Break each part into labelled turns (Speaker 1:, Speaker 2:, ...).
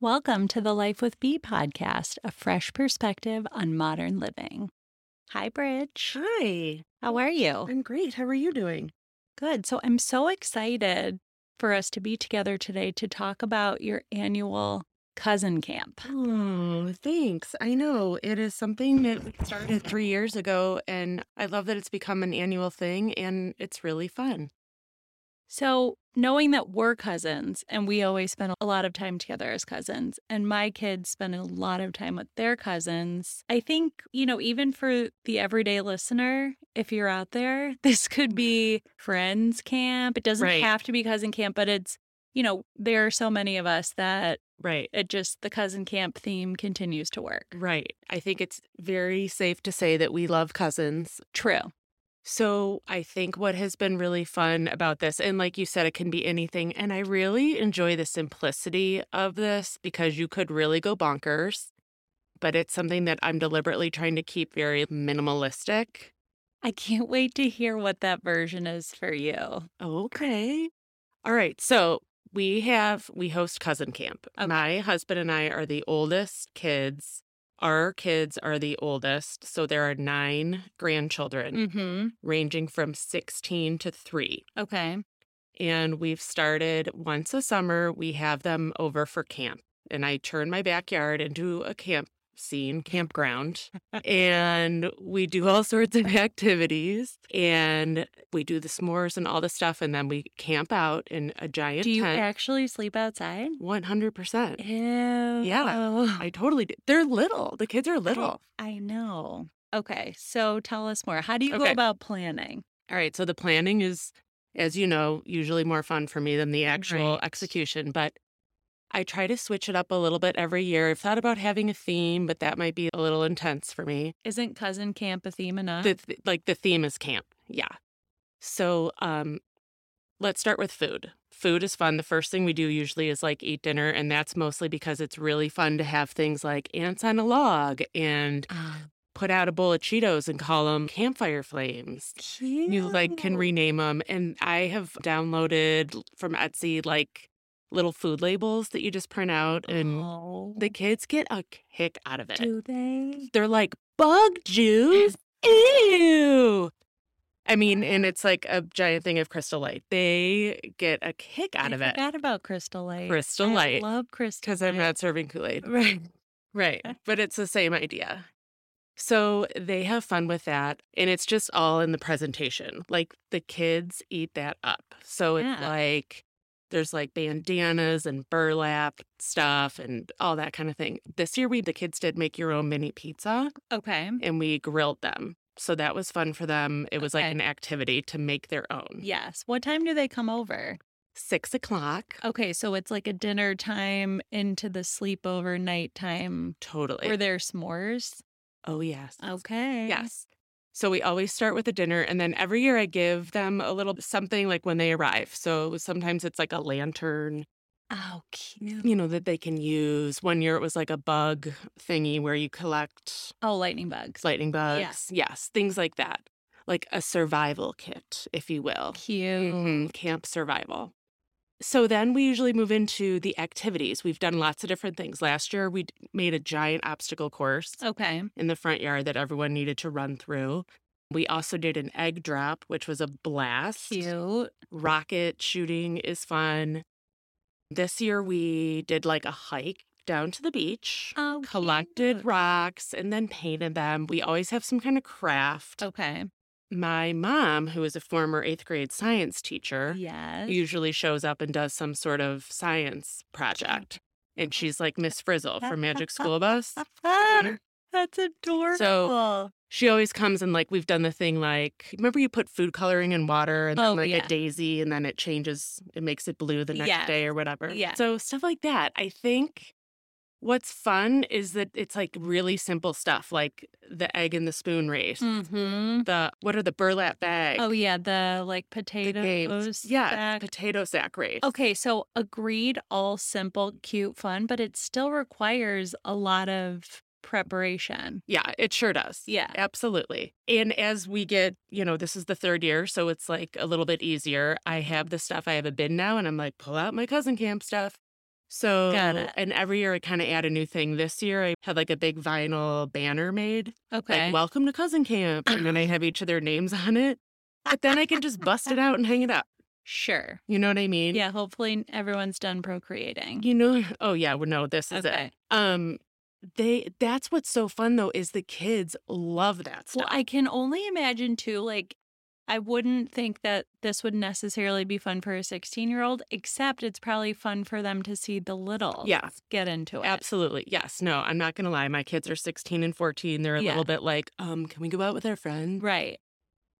Speaker 1: Welcome to the Life with Bee podcast, a fresh perspective on modern living. Hi, Bridge.
Speaker 2: Hi.
Speaker 1: How are you?
Speaker 2: I'm great. How are you doing?
Speaker 1: Good. So I'm so excited for us to be together today to talk about your annual cousin camp.
Speaker 2: Oh, thanks. I know it is something that we started three years ago, and I love that it's become an annual thing, and it's really fun.
Speaker 1: So, knowing that we're cousins and we always spend a lot of time together as cousins, and my kids spend a lot of time with their cousins, I think, you know, even for the everyday listener, if you're out there, this could be friends camp. It doesn't
Speaker 2: Right.
Speaker 1: have to be cousin camp, but it's, you know, there are so many of us that
Speaker 2: Right.
Speaker 1: it just, the cousin camp theme continues to work.
Speaker 2: Right. I think it's very safe to say that we love cousins.
Speaker 1: True.
Speaker 2: So I think what has been really fun about this, and like you said, it can be anything. And I really enjoy the simplicity of this because you could really go bonkers, but it's something that I'm deliberately trying to keep very minimalistic.
Speaker 1: I can't wait to hear what that version is for you.
Speaker 2: Okay. All right. So we have, we host cousin camp.
Speaker 1: Okay.
Speaker 2: My husband and I are the oldest kids. Our kids are the oldest. So there are nine grandchildren,
Speaker 1: hmm.
Speaker 2: ranging from 16 to three.
Speaker 1: Okay.
Speaker 2: And we've started once a summer, we have them over for camp. And I turn my backyard into a camp scene, campground. and we do all sorts of activities. And we do the s'mores and all the stuff. And then we camp out in a giant
Speaker 1: Do you
Speaker 2: tent.
Speaker 1: actually sleep outside?
Speaker 2: 100%.
Speaker 1: Ew.
Speaker 2: Yeah.
Speaker 1: Oh.
Speaker 2: I totally do. They're little. The kids are little.
Speaker 1: I know. Okay. So tell us more. How do you go
Speaker 2: Okay.
Speaker 1: about planning?
Speaker 2: All right. So the planning is, as you know, usually more fun for me than the actual
Speaker 1: Right.
Speaker 2: execution, but I try to switch it up a little bit every year. I've thought about having a theme, but that might be a little intense for me.
Speaker 1: Isn't cousin camp a theme enough?
Speaker 2: The, th- like the theme is camp. Yeah. So um, let's start with food. Food is fun. The first thing we do usually is like eat dinner, and that's mostly because it's really fun to have things like ants on a log and
Speaker 1: Ah,
Speaker 2: put out a bowl of Cheetos and call them campfire flames
Speaker 1: cute.
Speaker 2: you like can rename them and i have downloaded l- from etsy like little food labels that you just print out and
Speaker 1: Oh,
Speaker 2: the kids get a kick out of it
Speaker 1: do they?
Speaker 2: they're like bug juice ew i mean and it's like a giant thing of crystal light they get a kick out
Speaker 1: I
Speaker 2: of it
Speaker 1: forgot about Crystal Light.
Speaker 2: Crystal
Speaker 1: I
Speaker 2: Light,
Speaker 1: Love Crystal
Speaker 2: because i'm
Speaker 1: Light.
Speaker 2: not serving kool-aid
Speaker 1: Right.
Speaker 2: Right. But it's the same idea. So they have fun with that. And it's just all in the presentation. Like the kids eat that up. So it's
Speaker 1: Yeah.
Speaker 2: like there's like bandanas and burlap stuff and all that kind of thing. This year we the kids did make your own mini pizza
Speaker 1: Okay.
Speaker 2: and we grilled them. So that was fun for them. It was
Speaker 1: Okay.
Speaker 2: like an activity to make their own.
Speaker 1: Yes. What time do they come over?
Speaker 2: Six o'clock.
Speaker 1: Okay, so it's like a dinner time into the sleepover nighttime.
Speaker 2: Totally.
Speaker 1: Were there s'mores?
Speaker 2: oh yes.
Speaker 1: Okay.
Speaker 2: Yes. So we always start with a dinner, and then every year I give them a little something like when they arrive. So sometimes it's like a lantern,
Speaker 1: Oh, cute.
Speaker 2: you know, that they can use. One year it was like a bug thingy where you collect
Speaker 1: Oh, lightning bugs.
Speaker 2: lightning bugs. Yes, things like that, like a survival kit, if you will.
Speaker 1: Cute.
Speaker 2: Mhm, Camp survival. So then we usually move into the activities. We've done lots of different things. Last year we d- made a giant obstacle course
Speaker 1: Okay.
Speaker 2: in the front yard that everyone needed to run through. We also did an egg drop, which was a blast.
Speaker 1: Cute.
Speaker 2: Rocket shooting is fun. This year we did like a hike down to the beach,
Speaker 1: Oh,
Speaker 2: collected
Speaker 1: cute.
Speaker 2: rocks, and then painted them. We always have some kind of craft.
Speaker 1: Okay.
Speaker 2: My mom, who is a former eighth grade science teacher,
Speaker 1: Yes.
Speaker 2: usually shows up and does some sort of science project. And she's like Miss Frizzle from Magic School Bus.
Speaker 1: That's adorable.
Speaker 2: she always comes and like we've done the thing like remember you put food coloring in water and then
Speaker 1: Oh,
Speaker 2: like
Speaker 1: yeah.
Speaker 2: a daisy and then it changes it makes it blue the next
Speaker 1: Yes.
Speaker 2: day or whatever
Speaker 1: Yeah.
Speaker 2: so stuff like that i think what's fun is that it's like really simple stuff like the egg and the spoon race
Speaker 1: hmm
Speaker 2: the what are the burlap bags
Speaker 1: Oh, yeah. The like
Speaker 2: the
Speaker 1: potatoes.
Speaker 2: games yeah
Speaker 1: back.
Speaker 2: potato sack race
Speaker 1: Okay. So agreed, all simple, cute, fun, but it still requires a lot of preparation.
Speaker 2: Yeah, it sure does.
Speaker 1: Yeah.
Speaker 2: Absolutely. And as we get, you know, this is the third year, so it's like a little bit easier. I have the stuff, I have a bin now, and I'm like, pull out my cousin camp stuff. So,
Speaker 1: Got it.
Speaker 2: and every year I kind of add a new thing. This year I had like a big vinyl banner made,
Speaker 1: Okay.
Speaker 2: like "Welcome to Cousin Camp," and then I have each of their names on it. But then I can just bust it out and hang it up.
Speaker 1: sure.
Speaker 2: You know what I mean?
Speaker 1: Yeah. Hopefully everyone's done procreating.
Speaker 2: You know? Oh yeah. Well, no, this is it.
Speaker 1: okay.
Speaker 2: Um, they. That's what's so fun though is the kids love that stuff.
Speaker 1: Well, I can only imagine too, like, I wouldn't think that this would necessarily be fun for a 16 year old, except it's probably fun for them to see the little
Speaker 2: yeah.
Speaker 1: get into it.
Speaker 2: Absolutely. Yes. No, I'm not going to lie. My kids are 16 and 14. They're a
Speaker 1: Yeah.
Speaker 2: little bit like, um, can we go out with our friends?
Speaker 1: Right.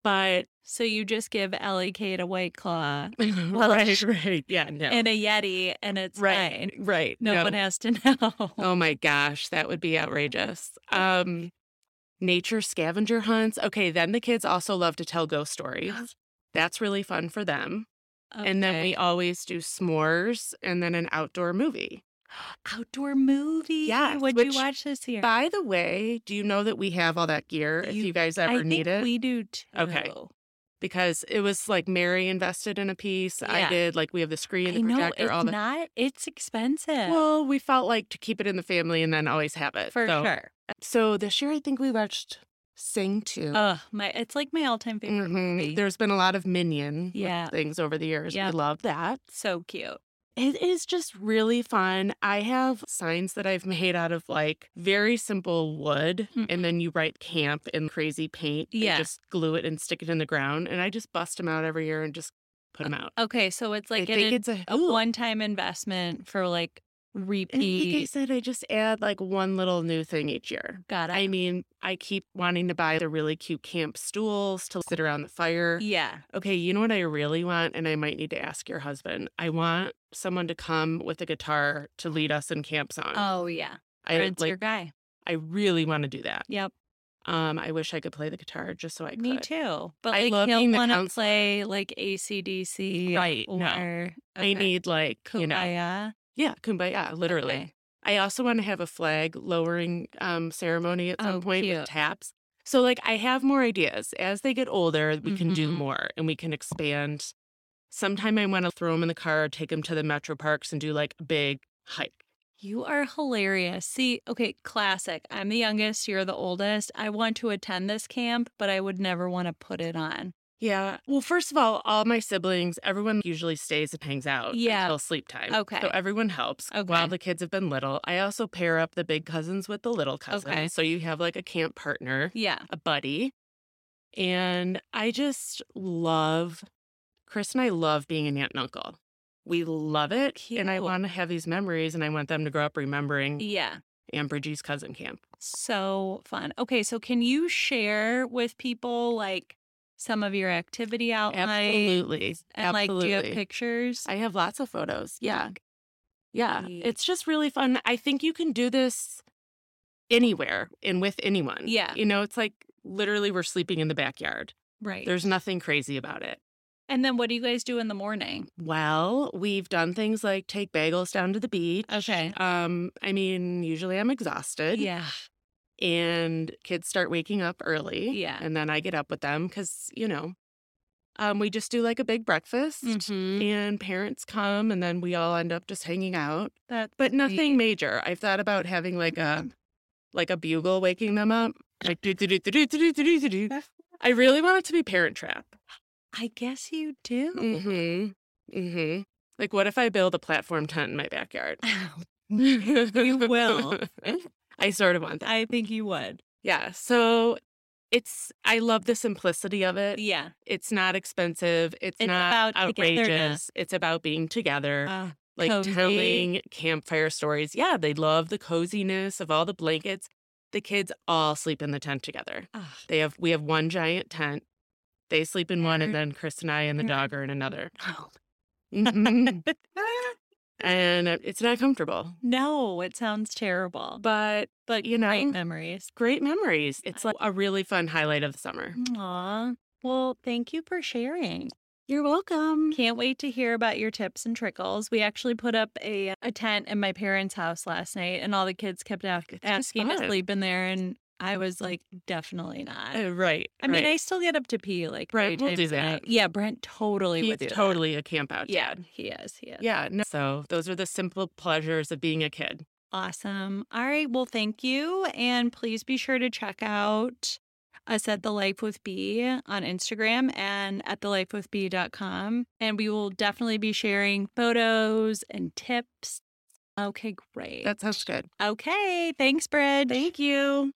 Speaker 2: But
Speaker 1: So you just give Ellie Kate a white claw
Speaker 2: well, right, right. Yeah. No.
Speaker 1: and a Yeti and it's
Speaker 2: right.
Speaker 1: fine.
Speaker 2: Right.
Speaker 1: No, one has to know.
Speaker 2: Oh my gosh, that would be outrageous. Um nature scavenger hunts. Okay, then the kids also love to tell ghost stories. That's really fun for them. And then we
Speaker 1: Okay.
Speaker 2: always do s'mores and then an outdoor movie.
Speaker 1: outdoor movie.
Speaker 2: Yes,
Speaker 1: What'd
Speaker 2: which-
Speaker 1: you watch this year?
Speaker 2: By the way, do you know that we have all that gear if
Speaker 1: You-
Speaker 2: you guys
Speaker 1: I
Speaker 2: ever
Speaker 1: think
Speaker 2: need it?
Speaker 1: we do too.
Speaker 2: Okay. because it was like Mary invested in a piece. I
Speaker 1: Yeah.
Speaker 2: did. Like we have the screen,
Speaker 1: I
Speaker 2: the
Speaker 1: know
Speaker 2: projector,
Speaker 1: it's
Speaker 2: all the.
Speaker 1: not. It's expensive
Speaker 2: well, we felt like to keep it in the family and then always have it.
Speaker 1: for
Speaker 2: so,
Speaker 1: sure.
Speaker 2: So this year, I think we watched Sing Two.
Speaker 1: Ugh, my it's like my all time favorite. movie.
Speaker 2: Mhm. There's been a lot of Minion
Speaker 1: Yeah.
Speaker 2: things over the years. I
Speaker 1: Yep.
Speaker 2: love that.
Speaker 1: So cute.
Speaker 2: It is just really fun. I have signs that I've made out of like very simple wood,
Speaker 1: Mhm.
Speaker 2: and then you write camp in crazy paint. and
Speaker 1: Yeah.
Speaker 2: just glue it and stick it in the ground, and I just bust them out every year and just put
Speaker 1: Uh,
Speaker 2: them out.
Speaker 1: Okay, so it's like
Speaker 2: I think
Speaker 1: an,
Speaker 2: it's Oh. a,
Speaker 1: a
Speaker 2: ooh.
Speaker 1: one time investment for like
Speaker 2: I think I
Speaker 1: repeat.
Speaker 2: said I just add like one little new thing each year.
Speaker 1: Got it.
Speaker 2: I mean, I keep wanting to buy the really cute camp stools to sit around the fire.
Speaker 1: yeah.
Speaker 2: Okay, you know what I really want, and I might need to ask your husband. I want someone to come with a guitar to lead us in camp songs.
Speaker 1: Oh yeah.
Speaker 2: uh, I
Speaker 1: Prince,
Speaker 2: like.
Speaker 1: your guy.
Speaker 2: I really want to do that.
Speaker 1: Yep.
Speaker 2: Um, I wish I could play the guitar just so I could.
Speaker 1: Me too. But
Speaker 2: I
Speaker 1: like
Speaker 2: love
Speaker 1: he'll
Speaker 2: being the
Speaker 1: want to
Speaker 2: counselor.
Speaker 1: play like ACDC
Speaker 2: Right,
Speaker 1: or
Speaker 2: no. I need like you know,
Speaker 1: Kumbaya.
Speaker 2: yeah, kumbaya, literally.
Speaker 1: Okay.
Speaker 2: I also want to have a flag lowering um, ceremony at some
Speaker 1: Oh,
Speaker 2: point with
Speaker 1: cute.
Speaker 2: taps. So, like, I have more ideas. As they get older, we can do
Speaker 1: Mhm.
Speaker 2: more and we can expand. Sometime I want to throw them in the car, take them to the metro parks, and do like a big hike.
Speaker 1: You are hilarious. See, okay, classic. I'm the youngest, you're the oldest. I want to attend this camp, but I would never want to put it on.
Speaker 2: Yeah. Well, first of all, all my siblings, everyone usually stays and hangs out
Speaker 1: Yeah.
Speaker 2: until sleep time.
Speaker 1: Okay.
Speaker 2: So everyone helps
Speaker 1: Okay.
Speaker 2: while the kids have been little. I also pair up the big cousins with the little cousins.
Speaker 1: Okay.
Speaker 2: So you have like a camp partner.
Speaker 1: Yeah.
Speaker 2: a buddy. And I just love, Chris and I love being an aunt and uncle. We love it. And I
Speaker 1: Cute.
Speaker 2: want to have these memories and I want them to grow up remembering
Speaker 1: Yeah.
Speaker 2: Aunt Bridgie's cousin camp.
Speaker 1: So fun. Okay, so can you share with people like some of your activity outline?
Speaker 2: Absolutely.
Speaker 1: Oh, And like, do you have
Speaker 2: Absolutely.
Speaker 1: pictures?
Speaker 2: I have lots of photos. Yeah. Yeah.
Speaker 1: Sweet.
Speaker 2: It's just really fun. I think you can do this anywhere and with anyone.
Speaker 1: Yeah.
Speaker 2: You know, it's like literally we're sleeping in the backyard,
Speaker 1: right.
Speaker 2: there's nothing crazy about it.
Speaker 1: and then what do you guys do in the morning?
Speaker 2: Well, we've done things like take bagels down to the beach.
Speaker 1: Okay.
Speaker 2: Um, I mean, usually I'm exhausted.
Speaker 1: Yeah.
Speaker 2: And kids start waking up early.
Speaker 1: Yeah.
Speaker 2: And then I get up with them because, you know, um, we just do like a big breakfast
Speaker 1: Mhm.
Speaker 2: and parents come and then we all end up just hanging out.
Speaker 1: That
Speaker 2: But nothing major. I've thought about having like a like a bugle waking them up. Like do do do do do do do do do. I really want it to be parent trap.
Speaker 1: I guess you do.
Speaker 2: Mm-hmm. Mm-hmm. Like, what if I build a platform tent in my backyard?
Speaker 1: You will.
Speaker 2: I sort of want that.
Speaker 1: I think you would.
Speaker 2: Yeah. So it's, I love the simplicity of it.
Speaker 1: Yeah.
Speaker 2: It's not expensive. It's,
Speaker 1: It's
Speaker 2: not
Speaker 1: about togetherness.
Speaker 2: outrageous. It's about being together,
Speaker 1: Uh,
Speaker 2: like
Speaker 1: cozy.
Speaker 2: telling campfire stories. Yeah. They love the coziness of all the blankets. The kids all sleep in the tent together.
Speaker 1: ah.
Speaker 2: They have, we have one giant tent. They sleep in
Speaker 1: Mm-hmm.
Speaker 2: one, and then Chris and I and the dog are in another.
Speaker 1: Oh.
Speaker 2: Mhm. and uh, it's not comfortable.
Speaker 1: no, it sounds terrible. But,
Speaker 2: But
Speaker 1: but
Speaker 2: you know,
Speaker 1: great memories.
Speaker 2: great memories. It's like a really fun highlight of the summer.
Speaker 1: Mm, Aw. Well, thank you for sharing.
Speaker 2: You're welcome.
Speaker 1: Can't wait to hear about your tips and trickles. We actually put up a, a tent in my parents' house last night, and all the kids kept a-
Speaker 2: It's just
Speaker 1: asking to
Speaker 2: fun.
Speaker 1: sleep in there. And I was like, definitely not.
Speaker 2: Uh, right.
Speaker 1: I mean,
Speaker 2: right.
Speaker 1: I still get up to pee like
Speaker 2: Brent
Speaker 1: three
Speaker 2: will do
Speaker 1: times a night.
Speaker 2: that.
Speaker 1: Yeah, Brent totally
Speaker 2: he's
Speaker 1: would do that.
Speaker 2: totally a camp out.
Speaker 1: Yeah,
Speaker 2: dad.
Speaker 1: he is. He is.
Speaker 2: Yeah. No. So those are the simple pleasures of being a kid.
Speaker 1: Awesome. All right. Well, thank you. And please be sure to check out us at The Life with B on Instagram and at thelifewithbee.com. And we will definitely be sharing photos and tips. Okay, great.
Speaker 2: That sounds good.
Speaker 1: okay. Thanks, Bridge.
Speaker 2: Thank you.